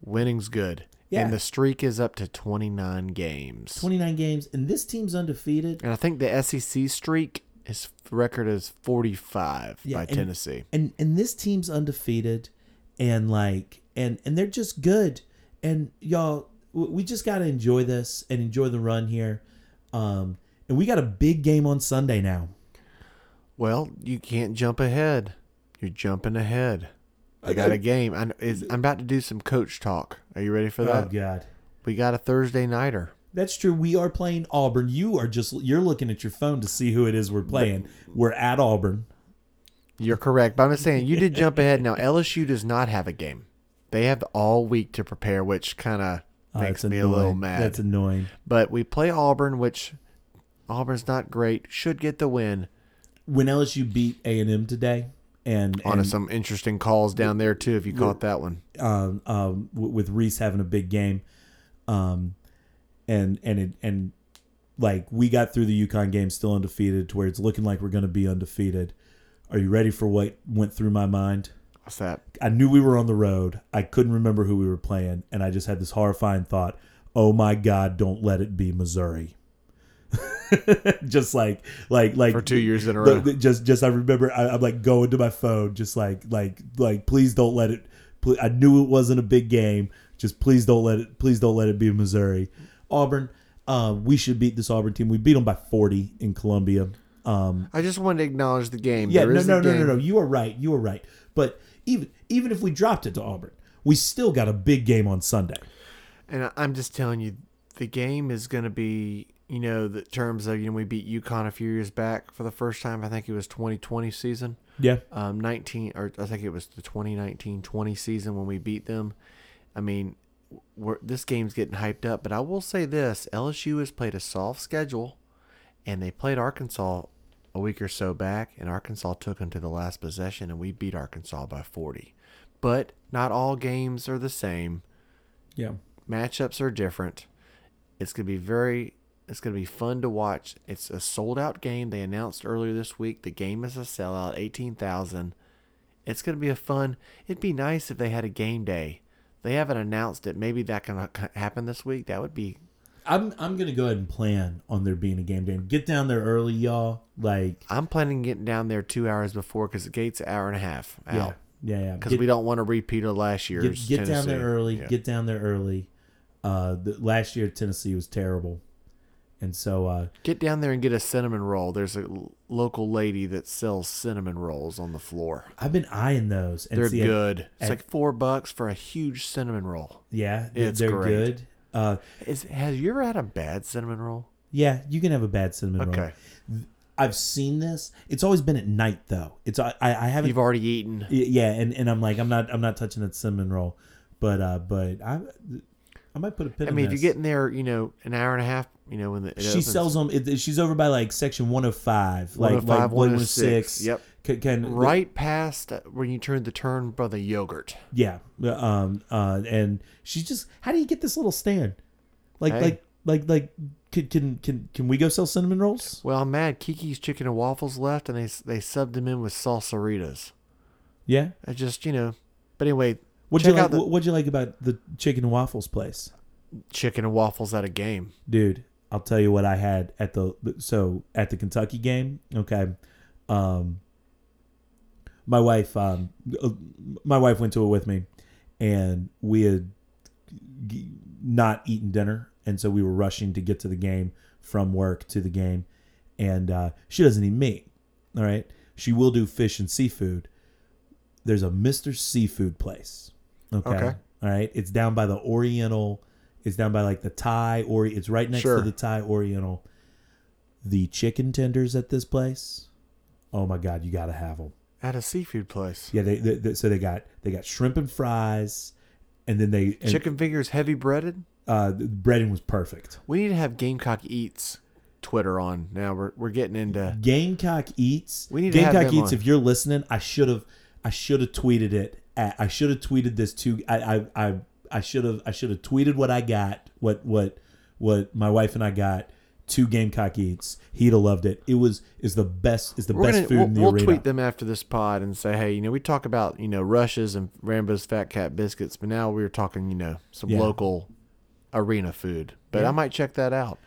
Speaker 2: Winning's good.
Speaker 1: Yeah.
Speaker 2: And the streak is up to 29 games.
Speaker 1: 29 games, and this team's undefeated.
Speaker 2: And I think the SEC streak is record is 45
Speaker 1: Yeah,
Speaker 2: by
Speaker 1: and-
Speaker 2: Tennessee.
Speaker 1: And and this team's undefeated, and like and and they're just good. And y'all, w- we just gotta enjoy this and enjoy the run here. Um, and we got a big game on Sunday now.
Speaker 2: Well, you can't jump ahead. You're jumping ahead. I
Speaker 1: I
Speaker 2: got a
Speaker 1: gotta-
Speaker 2: game. I, is, I'm about to do some coach talk. Are you ready for
Speaker 1: Oh
Speaker 2: that?
Speaker 1: God,
Speaker 2: We got a Thursday nighter.
Speaker 1: that's true. We are playing Auburn. You are just you're looking at your phone to see who it is we're playing. We're at Auburn.
Speaker 2: You're correct, but I'm just saying you did jump ahead. Now LSU does not have a game. They have all week to prepare, which kind of
Speaker 1: Uh,
Speaker 2: Makes
Speaker 1: it's
Speaker 2: me a little
Speaker 1: annoying.
Speaker 2: mad.
Speaker 1: That's annoying.
Speaker 2: But we play Auburn, which Auburn's not great. Should get the win
Speaker 1: When LSU beat A and M today, and
Speaker 2: on
Speaker 1: and,
Speaker 2: some interesting calls down there too. If you caught that one,
Speaker 1: um, um, w- with Reese having a big game, um, and and it, and like we got through the UConn game still undefeated to where it's looking like we're going to be undefeated. Are you ready for what went through my mind?
Speaker 2: what's that?
Speaker 1: I knew we were on the road. I couldn't remember who we were playing, and I just had this horrifying thought: "Oh my God, don't let it be Missouri." just like like like
Speaker 2: For two years in a
Speaker 1: the-
Speaker 2: row,
Speaker 1: the- just just I remember I, I'm like going to my phone, just like like like please don't let it. pl- I knew it wasn't a big game. Just please don't let it. Please don't let it be Missouri, Auburn. Uh, we should beat this Auburn team. We beat them by 40 in Columbia. Um,
Speaker 2: I just wanted to acknowledge the game.
Speaker 1: yeah,
Speaker 2: There
Speaker 1: no,
Speaker 2: is
Speaker 1: no,
Speaker 2: a
Speaker 1: no,
Speaker 2: game.
Speaker 1: no, no. You are right. You are right. But even even if we dropped it to Auburn, we still got a big game on Sunday.
Speaker 2: And I- I'm just telling you, the game is going to be, you know, the terms of, you know, we beat UConn a few years back for the first time. I think it was 2020 season,
Speaker 1: Yeah,
Speaker 2: um, 19, or I think it was the 2019 20 season when we beat them. I mean, we're, this game's getting hyped up, but I will say this LSU has played a soft schedule, and they played Arkansas a week or so back, and Arkansas took them to the last possession, and we beat Arkansas by 40. But not all games are the same
Speaker 1: yeah.
Speaker 2: matchups are different. It's going to be very it's going to be fun to watch. It's a sold out game they announced earlier this week. The game is a sellout, 18,000. It's going to be a fun. It'd be nice if they had a game day. They haven't announced it. Maybe that can ha- happen this week. That would be
Speaker 1: I'm I'm gonna go ahead and plan on there being a game day. Get down there early, y'all. Like
Speaker 2: I'm planning on getting down there 2 hours before cuz the gate's an hour and a half out.
Speaker 1: yeah, yeah, yeah.
Speaker 2: Cuz
Speaker 1: Get-
Speaker 2: we don't want to repeat of last year's.
Speaker 1: get, get down there
Speaker 2: Tennessee.
Speaker 1: early.
Speaker 2: Yeah.
Speaker 1: Get down there early. Uh, the, last year Tennessee was terrible, and so uh,
Speaker 2: Get down there and get a cinnamon roll. There's a l- local lady that sells cinnamon rolls on the floor.
Speaker 1: I've been eyeing those. And
Speaker 2: They're
Speaker 1: see,
Speaker 2: good. it's
Speaker 1: and-
Speaker 2: like four bucks for a huge cinnamon roll.
Speaker 1: Yeah, they're,
Speaker 2: It's
Speaker 1: they're
Speaker 2: great.
Speaker 1: good. Uh,
Speaker 2: Is have you ever had a bad cinnamon roll?
Speaker 1: yeah, you can have a bad cinnamon roll.
Speaker 2: Okay,
Speaker 1: I've seen this. It's always been at night though. It's I I I haven't.
Speaker 2: you've already eaten.
Speaker 1: Y- yeah, and, and I'm like I'm not I'm not touching that cinnamon roll, but uh but I I might put a pin.
Speaker 2: I
Speaker 1: in
Speaker 2: mean, if you
Speaker 1: this.
Speaker 2: get uh, in there, you know, an hour and a half, you know, when the, it
Speaker 1: she
Speaker 2: opens,
Speaker 1: sells them. It, she's over by like section 105, like
Speaker 2: 105,
Speaker 1: like
Speaker 2: 106. Yep.
Speaker 1: Can, can
Speaker 2: right past uh, when you turn the turn by the yogurt.
Speaker 1: Yeah. Um. Uh. And she's just. How do you get this little stand? Like
Speaker 2: Hey.
Speaker 1: like like like. Can, can can can we go sell cinnamon rolls?
Speaker 2: Well, I'm mad. Kiki's Chicken and Waffles left, and they they subbed them in with salsaritas.
Speaker 1: Yeah.
Speaker 2: I just you know, but anyway,
Speaker 1: What'd
Speaker 2: check
Speaker 1: you like?
Speaker 2: out the
Speaker 1: What'd you like about the chicken and waffles place?
Speaker 2: chicken and waffles at a game.
Speaker 1: dude i'll tell you what i had at the so at the kentucky game okay um my wife um uh, my wife went to it with me and we had g- not eaten dinner and so we were rushing to get to the game from work to the game and uh, she doesn't eat meat all right she will do fish and seafood there's a mr seafood place okay,
Speaker 2: Okay.
Speaker 1: all right it's down by the oriental it's down by like the thai or it's right next
Speaker 2: Sure.
Speaker 1: to the thai oriental the chicken tenders at this place oh my god you gotta have them
Speaker 2: At a seafood place,
Speaker 1: yeah, they, they, they- so they got they got shrimp and fries, and then they and,
Speaker 2: chicken fingers heavy breaded.
Speaker 1: Uh, the breading was perfect.
Speaker 2: We need to have Gamecock Eats Twitter on now. We're we're getting into
Speaker 1: Gamecock eats.
Speaker 2: We need to have
Speaker 1: Gamecock
Speaker 2: them
Speaker 1: eats.
Speaker 2: on.
Speaker 1: If you're listening, I should have I should have tweeted it. At, I should have tweeted this too. I I I, I should have I should have tweeted what I got. What what what my wife and I got. to Gamecock eats. He'd have loved it. It was is the best is the
Speaker 2: we're
Speaker 1: best
Speaker 2: gonna
Speaker 1: food
Speaker 2: we'll,
Speaker 1: in the
Speaker 2: we'll
Speaker 1: arena.
Speaker 2: tweet them after this pod and say hey you know we talk about you know rushes and Rambo's Fat Cat biscuits but now we're talking you know some
Speaker 1: Yeah.
Speaker 2: local arena food but I might check that out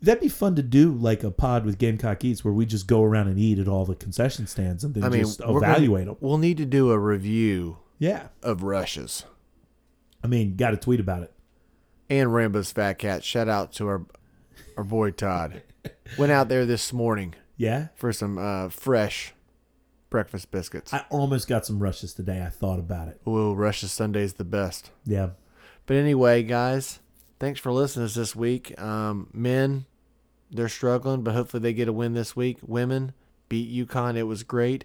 Speaker 1: That'd be fun to do, like a pod with Gamecock Eats, where we just go around and eat at all the concession stands and then
Speaker 2: I mean
Speaker 1: just
Speaker 2: we're gonna-
Speaker 1: evaluate them.
Speaker 2: we'll need to do a review
Speaker 1: Yeah.
Speaker 2: of rushes
Speaker 1: I mean, got to tweet about it.
Speaker 2: and Rambo's Fat Cat shout out to our our boy Todd went out there this morning
Speaker 1: Yeah.
Speaker 2: for some uh, fresh breakfast biscuits.
Speaker 1: I almost got some rushes today. I thought about it.
Speaker 2: Ooh, Russia Sunday's the best.
Speaker 1: Yeah.
Speaker 2: But anyway, guys, thanks for listening to us this week. Um, men, they're struggling, but hopefully they get a win this week. Women beat UConn. It was great.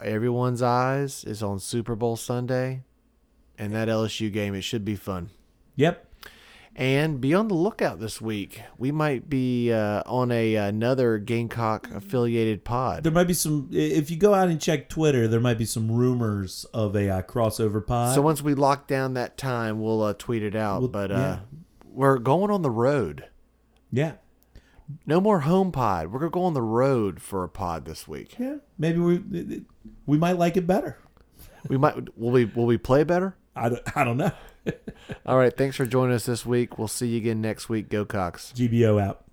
Speaker 2: Everyone's eyes is on Super Bowl Sunday and that LSU game. It should be fun.
Speaker 1: Yep.
Speaker 2: And be on the lookout this week. We might be uh, on a another Gamecock affiliated pod.
Speaker 1: There might be some. i- If you go out and check Twitter, there might be some rumors of a uh, crossover pod.
Speaker 2: So once we lock down that time, we'll uh, tweet it out. but uh,
Speaker 1: yeah.
Speaker 2: we're going on the road.
Speaker 1: yeah,
Speaker 2: No more home pod. We're gonna go on the road for a pod this week.
Speaker 1: yeah. Maybe we we might like it better.
Speaker 2: We might will we will we play better?
Speaker 1: I don't, I don't know.
Speaker 2: All right. Thanks for joining us this week. We'll see you again next week. Go Cox.
Speaker 1: GBO out.